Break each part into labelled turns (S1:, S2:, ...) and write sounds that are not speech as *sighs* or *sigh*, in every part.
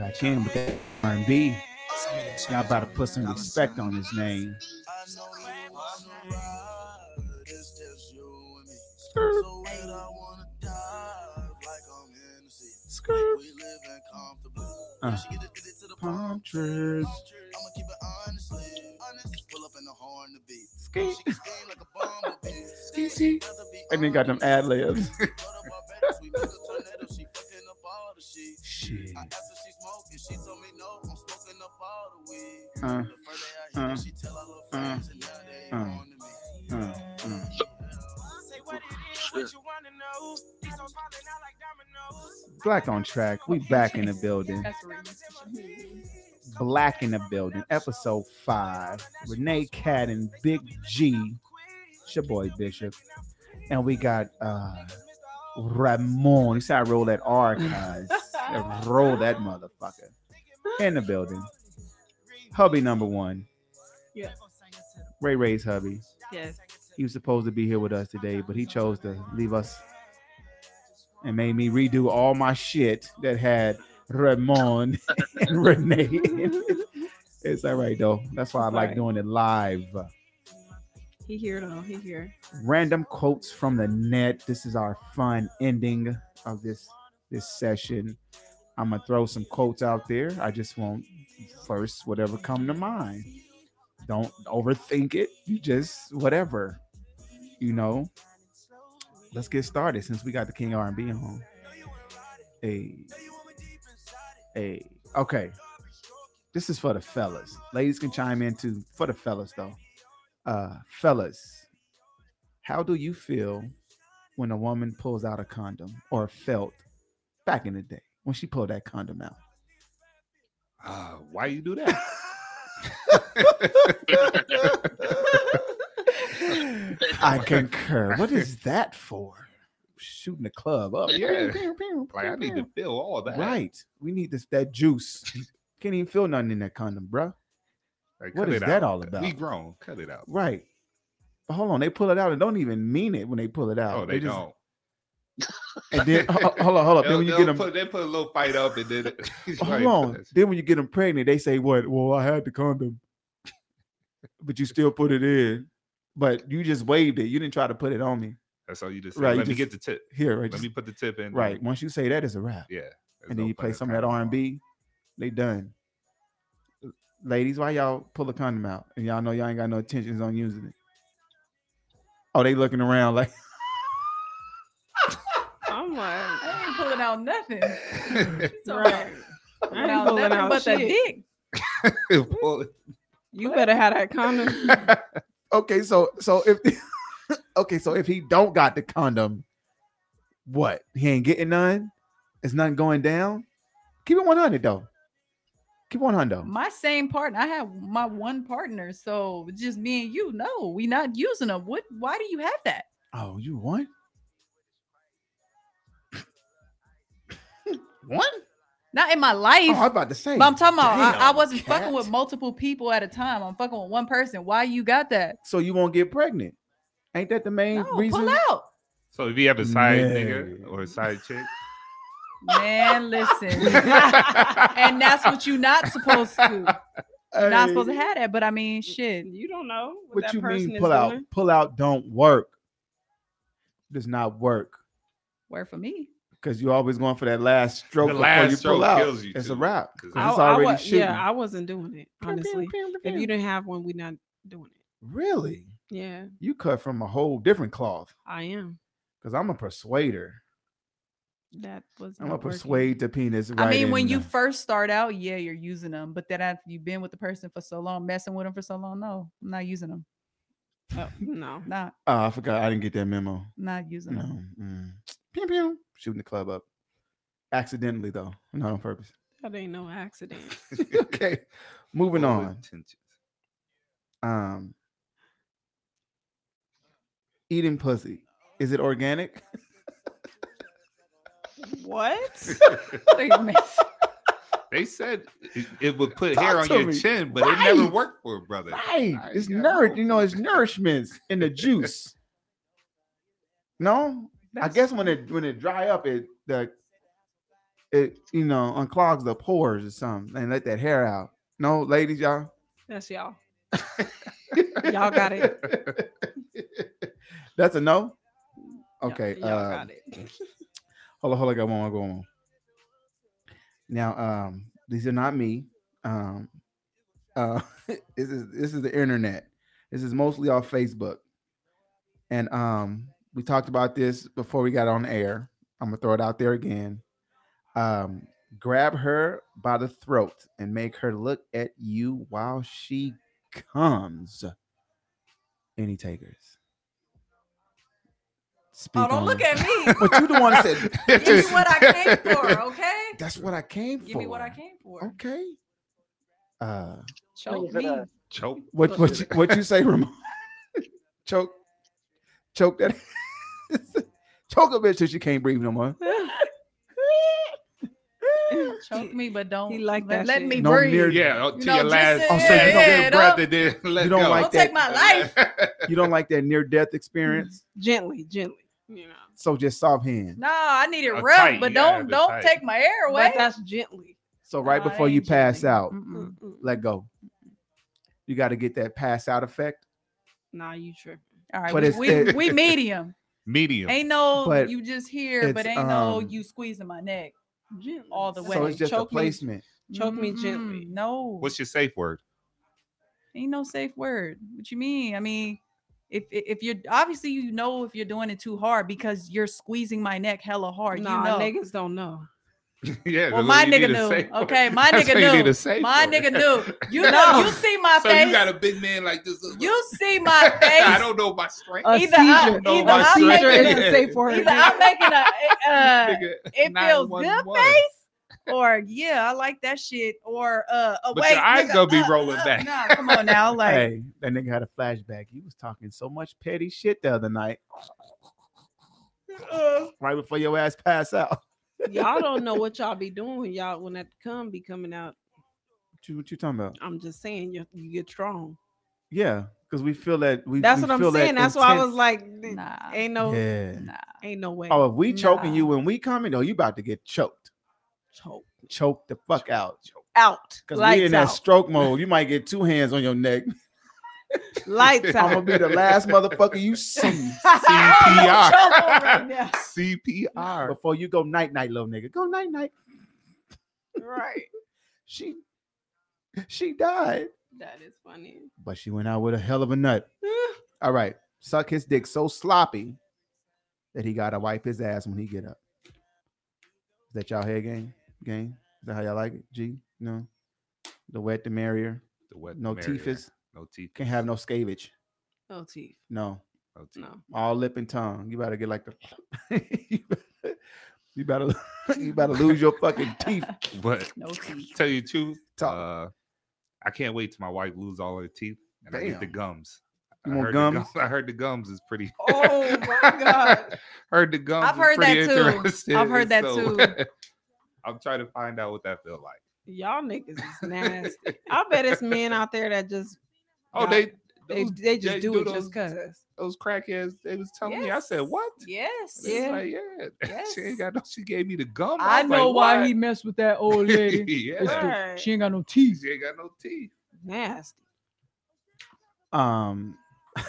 S1: back in with that R&B. Y'all about to put some respect on his name. Skirt. Skirt. Uh, palm trees. Skate. *laughs* Skate. Skate. And then got them ad libs. Shit. Uh, uh, uh, uh, uh, uh. Black on track. We back in the building.
S2: That's a reason.
S1: Black in the building. Episode five. Renee Cadden, Big G. It's your boy Bishop, and we got uh Ramon. You see, I roll that R, *laughs* guys. I roll that motherfucker in the building. Hubby number one.
S2: Yeah.
S1: Ray Ray's hubby.
S2: Yes.
S1: He was supposed to be here with us today, but he chose to leave us and made me redo all my shit that had Ramon *laughs* and Renee. in it. It's all right though. That's why I like
S2: Right.
S1: doing it live.
S2: He here though. He here.
S1: Random quotes from the net. This is our fun ending of this this session. I'm gonna throw some quotes out there. I just want first whatever come to mind. Don't overthink it. You just whatever. You know. Let's get started since we got the King R&B on. Hey. Hey. Okay. This is for the fellas. Ladies can chime in too. For the fellas though. Uh fellas, how do you feel when a woman pulls out a condom or felt back in the day when she pulled that condom out?
S3: Uh, why you do that?
S1: *laughs* I concur. What is that for? Shooting the club
S3: *laughs*
S1: up.
S3: Yeah. like I need to feel all that.
S1: Right. We need this that juice. Can't even feel nothing in that condom, bruh.
S3: Like,
S1: What
S3: cut
S1: is
S3: it
S1: that
S3: out.
S1: all about?
S3: We grown. Cut it out.
S1: Right. But hold on, they pull it out and don't even mean it when they pull it out.
S3: Oh, they,
S1: just-
S3: don't.
S1: And then ho- ho- hold on, hold on. Then
S3: They'll-
S1: when you
S3: they'll
S1: get them,
S3: put, they put a little fight up and then *laughs* it's
S1: hold
S3: like,
S1: on. Then when you get them pregnant, they say what? Well, I had the condom, *laughs* but you still put it in. But you just waved it. You didn't try to put it on me.
S3: That's all you just say.
S1: Right, you
S3: Let me
S1: just-
S3: get the tip.
S1: Here, right?
S3: Let
S1: just-
S3: me put the tip in.
S1: right. Once you say that, it's a wrap.
S3: Yeah. there's
S1: and then
S3: no
S1: you play
S3: fun
S1: some of that
S3: time.
S1: R and B, they done. Ladies, why y'all pull a condom out and y'all know y'all ain't got no intentions on using it? Oh, they looking around like
S2: I'm like,
S4: I ain't pulling out nothing.
S2: right. I ain't
S4: Now,
S2: pulling
S4: nothing
S2: out
S4: but the
S2: shit.
S4: dick.
S3: Pull it.
S2: You better have that condom.
S1: okay, so so if *laughs* okay, so if he don't got the condom, what he ain't getting none? It's nothing going down. Keep it one hundred though. Keep one hundred.
S4: *laughs* My same partner. I have my one partner. So just me and you. No, we not using them. What? Why do you have that?
S1: Oh, you *laughs* one? one?
S4: Not in my life.
S1: Oh, I'm about to say.
S4: but I'm talking about. I, I
S1: damn,
S4: wasn't fucking with
S1: cat.
S4: multiple people at a time. I'm fucking with one person. Why you got that?
S1: so you won't get pregnant. Ain't that the main
S4: No,
S1: reason?
S4: pull out.
S3: *laughs* So if you have a side
S1: Man.
S3: nigga or a side chick,
S4: Man,
S1: *laughs*
S4: listen. and that's what you're not supposed to. You're not supposed to
S1: Hey,
S4: have that. But
S1: *laughs*
S4: I mean, shit.
S2: You don't know what,
S1: What
S2: that
S1: you
S2: person
S1: mean
S2: is
S1: pull out?
S2: doing.
S1: Pull out don't work. Does not work
S4: Word for me.
S1: because you're always going for that last stroke
S3: The
S1: before
S3: last
S1: you pull
S3: stroke
S1: out.
S3: kills you
S1: it's a
S3: too,
S1: wrap
S3: 'cause
S1: because
S2: I,
S1: it's
S2: I
S1: already
S2: wa-
S1: shooting.
S2: yeah, I wasn't doing it honestly. if you didn't have one, we not doing it.
S1: really,
S2: Yeah,
S1: you cut from a whole different cloth
S2: I am.
S1: because I'm a persuader.
S2: That was.
S1: I'm
S2: not
S1: gonna
S2: working.
S1: persuade the penis. Right
S4: I mean, when
S1: in
S4: you
S1: the-
S4: first start out, yeah, you're using them, but then after you've been with the person for so long, messing with them for so long, no, I'm not using them.
S2: Oh, no,
S4: Not,
S1: oh, I forgot I didn't get that memo.
S4: not using *laughs* them.
S1: No, mm. pew pew, shooting the club up accidentally though, not on purpose. *laughs*
S2: that ain't no accident.
S1: okay, *laughs* moving
S3: full
S1: on.
S3: intentions.
S1: Um, eating pussy is it organic? *laughs*
S2: what?
S4: Wait a minute.
S3: they said it, it would put
S1: Talk
S3: hair on
S1: to
S3: your
S1: me.
S3: chin, but it never
S1: Right.
S3: worked for a brother. I
S1: it's
S3: got
S1: nourish.
S3: no
S1: You know, it's
S3: fucking-
S1: nourishments in the juice. No, I
S2: That's-
S1: guess when it when it dry up, it the it you know unclogs the pores or something and let that hair out. No, ladies, y'all.
S4: That's y'all.
S2: Y'all got it.
S1: *laughs* That's a no.
S4: Y'all-
S1: Okay.
S4: Y'all,
S1: uh,
S4: got
S2: *laughs*
S4: it.
S1: Hold on, hold on, go on, go on. Now, um, these are not me. Um, uh, *laughs* this is this is the internet. This is mostly off Facebook, and um, we talked about this before we got on air. I'm gonna throw it out there again. Um, grab her by the throat and make her look at you while she comes. Any takers? Speak
S4: Oh, don't look
S1: it. *laughs*
S4: at me.
S1: But you the one that said
S4: Give me what
S1: *laughs*
S4: I came for, okay?
S1: that's what I came for.
S4: Give me what I came for.
S1: Okay. Uh,
S4: Show
S5: Is it
S4: me.
S5: a-
S3: *laughs* Choke.
S1: what what you, what you say, Ramon? *laughs* choke, choke that, *laughs* choke a bitch till she can't breathe no more.
S4: *laughs* Choke me, but don't
S2: He like
S4: let,
S2: that
S4: let
S2: shit.
S4: me
S1: No
S4: breathe.
S1: near-
S3: Yeah, up to
S4: You know,
S3: your
S4: just
S3: last
S4: say,
S1: Oh, so you
S3: dead
S1: don't-
S4: yeah,
S3: breath and then let
S1: you don't
S3: go. *laughs*
S1: like
S4: Don't take
S1: that.
S4: my life.
S1: You don't like that near death
S4: *laughs*
S1: experience,
S2: *laughs* Gently, gently. You know.
S1: so just soft hand.
S4: No, I need it
S3: A
S4: rough,
S3: tight,
S4: but
S3: you gotta have
S4: don't
S3: it
S4: don't
S3: tight.
S4: take my air away.
S2: But that's gently.
S1: So right
S4: No,
S1: before
S4: it
S1: you
S4: ain't
S1: pass
S4: gently.
S1: out,
S4: Mm-mm.
S2: Mm-mm.
S1: let go. You got to get that pass out effect.
S2: Nah, you tripping.
S4: All right,
S1: But
S4: we,
S1: it's-
S4: we,
S1: it- *laughs*
S4: we medium.
S3: Medium.
S4: Ain't no
S1: But
S4: you just here, but
S1: it's,
S4: ain't no
S1: um,
S4: you squeezing my neck.
S2: Gently.
S4: All the way.
S1: So it's just a
S2: Choke me.
S1: placement.
S2: Choke me gently.
S4: Mm-mm. Mm-hmm. No,
S3: What's your safe word?
S4: ain't no safe word. What you mean? I mean, if if if you're obviously you know if you're doing it too hard because you're squeezing my neck hella hard.
S2: Nah,
S4: you know,
S2: niggas don't know.
S3: *laughs* yeah.
S4: Well,
S3: that's
S4: my
S3: what you
S4: nigga
S3: need a
S4: knew.
S3: safe word.
S4: Okay, my
S3: That's
S4: nigga
S3: what you need
S4: knew.
S3: a *laughs* safe
S4: My
S3: word.
S4: nigga knew.
S3: *laughs*
S4: You know, you see my
S3: So
S4: face.
S3: you got a big man like this.
S4: you see my face.
S3: *laughs* I don't know my strength.
S2: A
S4: Either I-
S2: seizure,
S3: No,
S4: either
S3: my
S2: a
S4: I'm
S3: strength.
S2: seizure
S4: making
S2: isn't safe for her.
S4: Either I'm
S3: *laughs*
S4: making a uh,
S3: Nigga,
S4: it feels good
S3: 911.
S4: face, or yeah, I like that shit, or uh, oh,
S3: But
S4: wait,
S3: your eyes
S4: nigga,
S3: gonna be
S4: uh,
S3: rolling
S4: uh,
S3: back.
S4: Nah, come
S3: *laughs*
S4: on now, like
S1: hey, that nigga had a flashback. He was talking so much petty shit the other night,
S4: uh,
S1: right before your ass pass out.
S2: y'all don't know what y'all be doing when y'all when that cum be coming out.
S1: What you, what you talking about?
S2: I'm just saying you you get strong.
S1: Yeah, because we feel that we.
S2: That's
S1: we
S2: what I'm
S1: feel that
S2: saying. That's why I was
S1: intense-
S2: like, "Th-
S4: nah, *laughs*
S2: ain't no
S1: Yeah.
S4: nah.
S2: ain't no way.
S1: Oh, if we choking
S4: Nah.
S1: you when we coming, oh, you about to get choked.
S2: Choke
S1: Choke the fuck out.
S2: out.
S1: Because we in
S2: Lights
S1: that
S2: out.
S1: stroke mode. You might get two hands on your
S2: *laughs*
S1: neck. *laughs*
S2: Lights
S1: I'm gonna
S2: out.
S1: be the last motherfucker you
S2: *laughs*
S1: see *laughs*
S3: CPR. *laughs*
S4: now.
S3: CPR.
S1: before you go night night, little nigga. Go night night.
S2: right.
S1: She she died.
S2: That is *sighs* funny.
S1: But she went out with a hell of a nut.
S2: Oh,
S1: All right. Suck his dick so sloppy that he gotta wipe his ass when he get up. Is that y'all head game? Game? Is that how y'all like it? G? No. The wet the merrier.
S3: The wet
S1: No
S3: marrier.
S1: teethers.
S3: No teeth.
S1: Can't have no scavage.
S2: No teeth.
S1: No.
S3: No teeth.
S2: No.
S1: All lip and tongue. You better get like the *laughs* you better *laughs* you better lose your fucking teeth.
S3: *laughs* But
S4: No teeth.
S3: tell you the truth,
S1: Talk.
S3: uh, I can't wait till my wife lose all her teeth and I get the
S1: Damn.
S3: gums.
S1: You
S3: I
S1: want
S3: heard the
S1: gums?
S3: I heard the gums *laughs* is pretty. *laughs*
S4: Oh
S2: *laughs*
S4: my god.
S3: heard the gums.
S4: I've
S3: is
S4: heard that
S3: pretty
S4: too.
S3: interesting, *laughs*
S4: I've heard that too.
S3: I'm trying to find out what that feel like.
S2: Y'all niggas is nasty. I bet it's men out there that just
S3: Oh,
S2: Y'all-
S3: they
S2: they,
S3: those-
S2: they just
S3: they
S2: do,
S3: do
S2: it just
S3: those-
S2: cause.
S3: those crackheads. They was telling me. I said what?
S4: Yes.
S3: They was
S2: Yeah.
S3: like, yeah. *laughs*
S4: Yes.
S3: She ain't got no. She gave me the gum.
S4: I
S3: was
S4: know
S3: like,
S4: why
S3: "What?"
S4: he messed with that old
S5: *laughs*
S4: lady.
S3: *laughs* yeah.
S2: Right.
S4: ain't got no teeth.
S3: She ain't got no teeth.
S2: Nasty.
S1: Um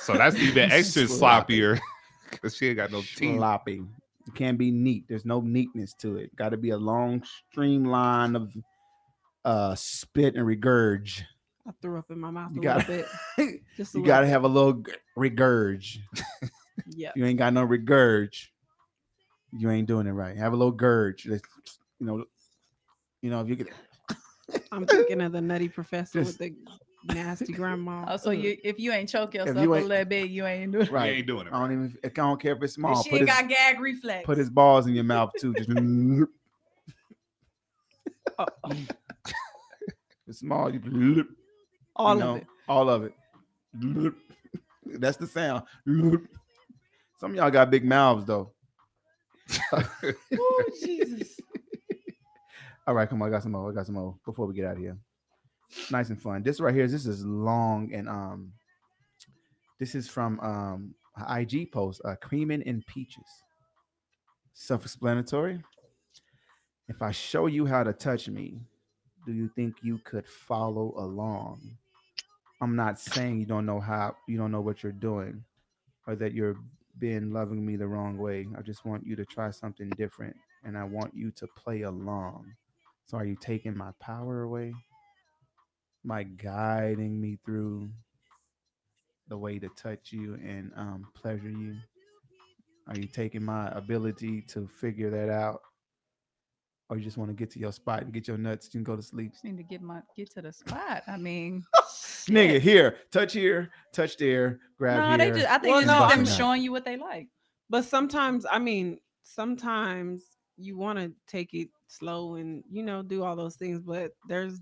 S3: So that's
S1: *laughs*
S3: even extra
S1: Sloppy.
S3: sloppier because she ain't got no teeth.
S1: sloppy. It can't be neat. There's no neatness to it. Got to be a long streamline of uh spit and
S4: *laughs*
S1: regurge.
S2: I threw up in my mouth
S1: You
S2: a
S1: gotta-
S2: little bit. Just a
S1: You
S2: little
S1: got to have a little g- regurge. If
S2: bit. Yeah.
S1: you ain't got no regurge, you ain't doing it right. Have a little gurge. Just, You know, you know if you could.
S2: I'm thinking of the nutty professor
S1: Just-
S2: with the nasty grandma.
S4: Oh, so
S2: Ugh.
S4: you if you ain't choke yourself
S1: Mm-hmm. you
S4: a
S1: ain't-
S4: little bit, you
S1: *laughs*
S4: ain't doing
S3: *laughs*
S4: it.
S3: You
S1: Right.
S3: ain't doing it.
S1: I
S3: Right.
S1: don't even. I don't care if it's small.
S4: She
S1: Put
S4: ain't
S1: his,
S4: got gag reflex.
S1: put his balls in your mouth too.
S4: *laughs*
S1: Just. *laughs* It's small. You.
S2: all
S1: you
S2: of
S1: know,
S2: it.
S1: All of it. *laughs* That's the sound. Some of y'all got big mouths though. Uh-huh.
S4: Oh *laughs* Jesus.
S1: All right, come on. I got some more. I got some more before we get out of here. Nice and fun. This right here, this is long and um this is from um a IG post, uh creaming and peaches. Self-explanatory. If I show you how to touch me, do you think you could follow along? I'm not saying you don't know how, you don't know what you're doing, or that you're been loving me the wrong way. I just want you to try something different, and I want you to play along. So, are you taking my power away? By guiding me through the way to touch you and um, pleasure you? Are you taking my ability to figure that out? Or you just want to get to your spot and get your nuts and go to sleep?
S4: Just need to get my get to the spot. I
S2: *laughs*
S4: mean,
S1: Nigga,
S4: shit.
S1: here, touch here, touch there, grab
S4: no, they
S1: here.
S4: just I think
S2: Well,
S4: it's
S2: no,
S4: just them
S1: I'm not.
S4: showing you what they like.
S2: But sometimes, I mean, sometimes you want to take it slow and you know do all those things, but there's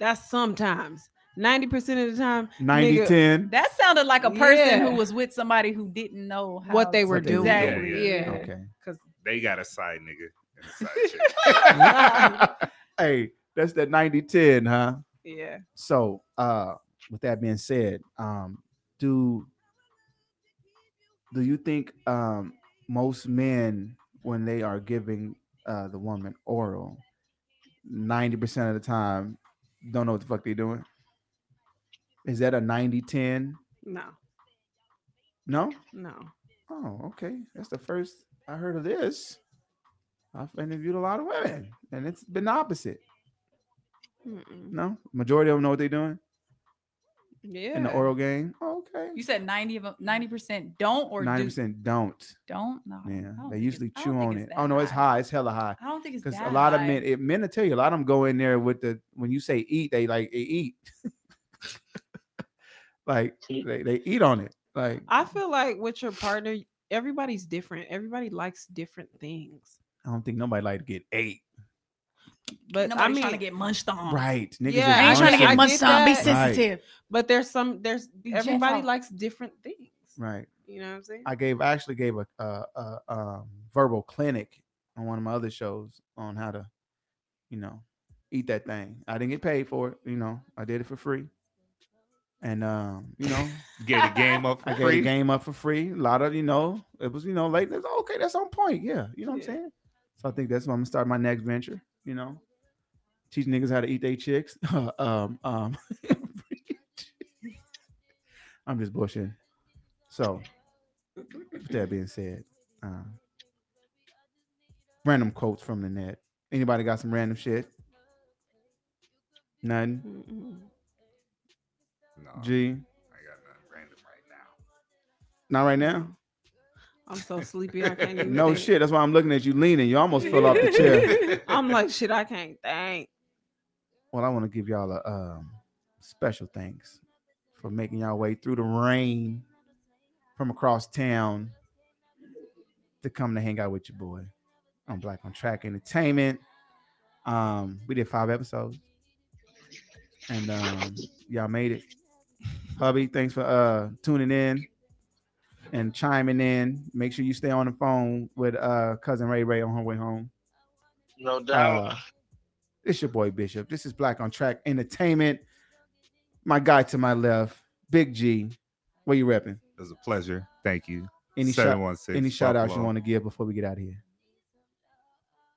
S2: that's sometimes ninety percent of the time
S1: 90
S2: nigga,
S1: 10.
S4: That sounded like a person who
S2: Yeah.
S4: was with somebody who didn't know how
S2: What they
S4: to-
S2: were
S1: What they were
S2: doing.
S4: Exactly.
S2: Yeah, yeah.
S4: *laughs*
S1: Okay.
S3: *laughs*
S1: *laughs*
S3: They got a side nigga and a side chick.
S1: *laughs*
S3: *laughs*
S1: hey, that's that 90 10, huh?
S2: yeah.
S1: So, uh, with that being said, um, do do you think um, most men, when they are giving uh, the woman oral, ninety percent of the time, don't know what the fuck they're doing? Is that a 90-10?
S2: No,
S1: No.
S2: no.
S1: Oh, okay. That's the first I heard of this. I've interviewed a lot of women, and it's been the opposite.
S2: Mm-mm.
S1: No, majority of them know what they're doing
S2: Yeah.
S1: in the oral game. Oh, okay.
S4: You said 90 of 90 percent don't or
S1: Ninety
S4: do.
S1: percent don't.
S4: Don't no. Oh, I
S1: Yeah,
S4: don't
S1: they
S4: think
S1: usually
S4: it's- I don't
S1: chew
S4: think
S1: on it.
S4: that
S1: Oh no, it's high. It's hella high.
S4: I don't think it's
S1: Because
S4: that
S1: a lot of
S4: high.
S1: men, it, men to tell you, a lot of them go in there with the when you say eat, they like they eat, *laughs* like they, they eat on it. Like I
S2: I feel like with your partner, everybody's different. Everybody likes different things.
S1: don't think nobody like to get ate.
S2: But
S4: Nobody's
S2: I mean,
S4: trying to get munched on.
S1: Right, niggas.
S2: Yeah,
S1: is
S2: I ain't tryna get
S1: munching.
S2: much- on, be
S1: sensitive.
S2: but there's some there's
S4: Be
S2: everybody
S4: gentle.
S2: likes different things.
S1: Right.
S2: You know what I'm saying?
S1: I gave I actually gave a, a, a, um verbal clinic on one of my other shows on how to, you know, eat that thing. I didn't get paid for it. You know, I did it for free. And um, you know,
S3: Get a game up
S1: I
S3: for
S1: gave the
S3: free.
S1: game up for free. A lot of you know, it was you know late. It's okay, that's on point. Yeah, you know what
S2: Yeah.
S1: I'm saying. So I think that's why I'm gonna start my next venture. You know, teach niggas how to eat their chicks. *laughs* um, um, *laughs* I'm just bushing. So, with that being said, uh, random quotes from the net. Anybody got some random shit? None.
S2: Mm-mm.
S3: No, I got
S1: G.
S3: nothing random right now.
S1: Not right now.
S2: I'm so sleepy. I can't even.
S1: No
S2: think.
S1: shit. That's why I'm looking at you leaning. You almost fell off the chair.
S2: *laughs* I'm like shit. I can't think.
S1: Well, I want to give y'all a um, special thanks for making y'all way through the rain from across town to come to hang out with your boy on Black on Track Entertainment. Um, we did five episodes, and um, y'all made it. Hubby, thanks for uh, tuning in and chiming in. Make sure you stay on the phone with uh, cousin Ray Ray on her way home.
S5: No doubt.
S1: Uh, it's your boy Bishop. This is Black on Track Entertainment. My guy to my left, Big G. Where you repping?
S3: It was a pleasure. Thank you.
S1: Any shout,
S3: 716
S1: any shout outs you
S3: Buffalo. *laughs*
S1: want to give before we get out of here?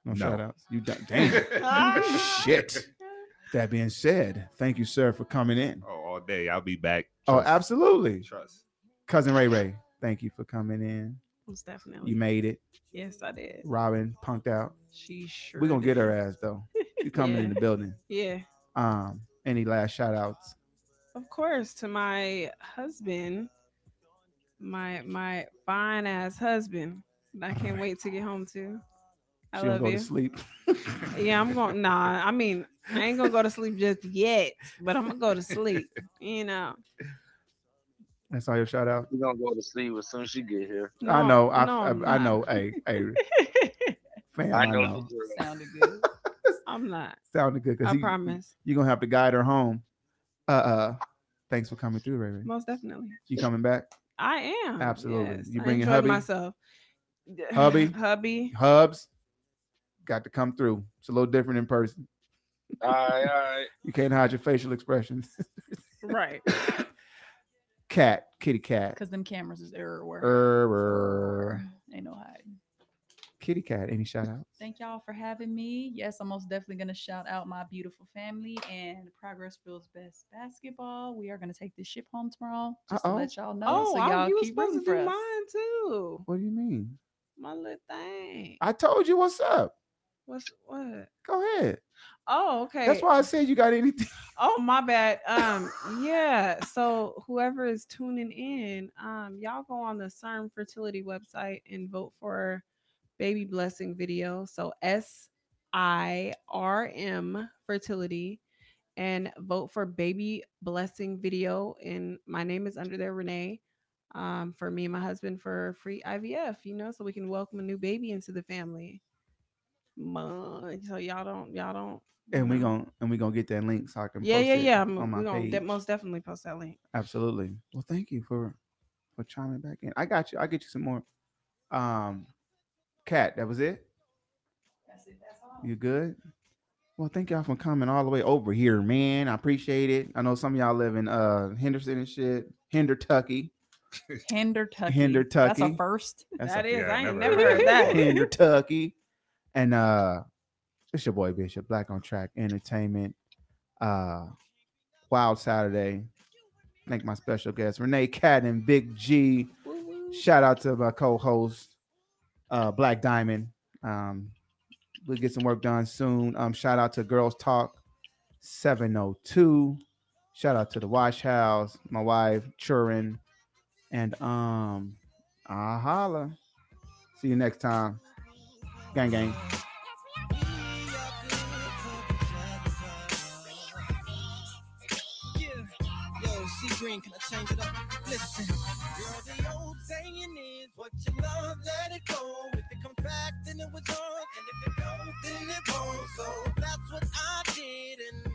S1: No,
S3: No.
S1: shout outs. You done,
S3: *laughs*
S1: damn. Shit. That being said, thank you, sir, for coming in.
S3: Oh, all day. I'll be back.
S1: Oh,
S3: Trust-
S1: absolutely.
S3: Trust.
S1: Cousin Ray Ray, thank you for coming in.
S2: Most definitely.
S1: You made it.
S2: yes, I did.
S1: Robin punked out.
S2: She sure.
S1: We're gonna get
S2: did.
S1: her ass though.
S2: *laughs*
S1: You coming in
S2: Yeah.
S1: the building.
S2: Yeah.
S1: Um, any last shout outs?
S2: Of course, to my husband, my my fine ass husband. that I can't wait to get home to. I
S1: She gonna
S2: love
S1: go
S2: you.
S1: to sleep.
S2: *laughs* Yeah, I'm going. Nah, I mean, I ain't gonna go to sleep just yet, but I'm gonna go to sleep. You know.
S1: That's all your shout out.
S5: We're gonna go to sleep as soon as she get here.
S1: I
S2: No,
S1: know. I,
S2: no,
S1: I,
S2: I'm
S1: I
S2: not.
S1: know. Hey, hey, fam, I
S5: I
S1: know.
S5: know the girl.
S4: Sounded good.
S2: *laughs* I'm not.
S1: Sounded good because
S2: I
S1: you,
S2: promise.
S1: you're gonna have to guide her home. Uh, uh thanks for coming through, Ray. Ray.
S2: Most definitely.
S1: You coming back?
S2: I am.
S1: Absolutely.
S2: yes.
S1: You
S2: I
S1: bringing
S2: enjoyed
S1: hubby?
S2: myself. *laughs*
S1: Hubby?
S2: Hubby.
S1: Hubs got to come through. It's a little different in person.
S5: All right, all right.
S1: You can't hide your facial expressions. *laughs*
S4: *laughs*
S2: Right.
S1: cat, kitty cat,
S2: Er,
S4: Because them cameras is everywhere.
S1: Err,
S4: Ain't no Mm, hiding.
S1: Kitty Cat. Any shout out?
S4: Thank y'all for having me. Yes, I'm most definitely going to shout out my beautiful family and Progressville's best basketball. We are going to take this ship home tomorrow. Just
S1: Uh-oh.
S4: to let y'all know.
S2: Oh,
S4: so
S2: I-
S4: y'all
S2: you were
S4: keep rooting
S2: supposed to
S4: for
S2: do
S4: us.
S2: mine too.
S1: What do you mean?
S2: My little thing.
S1: I told you what's up.
S2: What's what?
S1: Go ahead.
S2: Oh, okay.
S1: That's why I said you got anything. *laughs*
S2: Oh, my bad. Um, yeah. So whoever is tuning in, um, y'all go on the CERN fertility website and vote for baby blessing video. So S I R M fertility and vote for baby blessing video. And my name is under there, Renee. Um, for me and my husband for free IVF, you know, so we can welcome a new baby into the family. Mon- So y'all don't, y'all don't. you
S1: And we're
S2: know.
S1: gonna and we gonna get that link so I can
S2: Yeah,
S1: post
S2: yeah,
S1: it
S2: yeah. I'm,
S1: on my
S2: we're gonna
S1: page.
S2: de- most definitely post that link.
S1: Absolutely. Well, thank you for for chiming back in. I got you. I'll get you some more. Um cat, that was it?
S4: That's it. That's all.
S1: You good? Well, thank y'all for coming all the way over here, man. I appreciate it. I know some of y'all live in uh Henderson and shit. Hendertucky.
S4: Hinder Tucky. That's a
S1: Hindertucky.
S4: first.
S1: That's *laughs*
S2: That
S1: a-
S2: is,
S3: yeah,
S2: I ain't
S3: never
S2: never
S4: heard
S2: heard
S4: that
S1: *laughs*
S2: that. *laughs*
S4: before.
S1: in Kentucky. And uh it's your boy Bishop, Black on Track Entertainment. Uh Wild Saturday. Thank my special guest, Renee Cat and Big G. Shout out to my co-host, uh Black Diamond. Um we'll get some work done soon. Um shout out to Girls Talk 702. Shout out to the Wash House, my wife, Churin, and um I holla. See you next time. Gang gang.
S6: Yo, she green, can I change it up? Listen, girl, the old saying is, what you love, let it go. If it comes back, then it was yours, and if it don't, then it won't. So that's what I did, and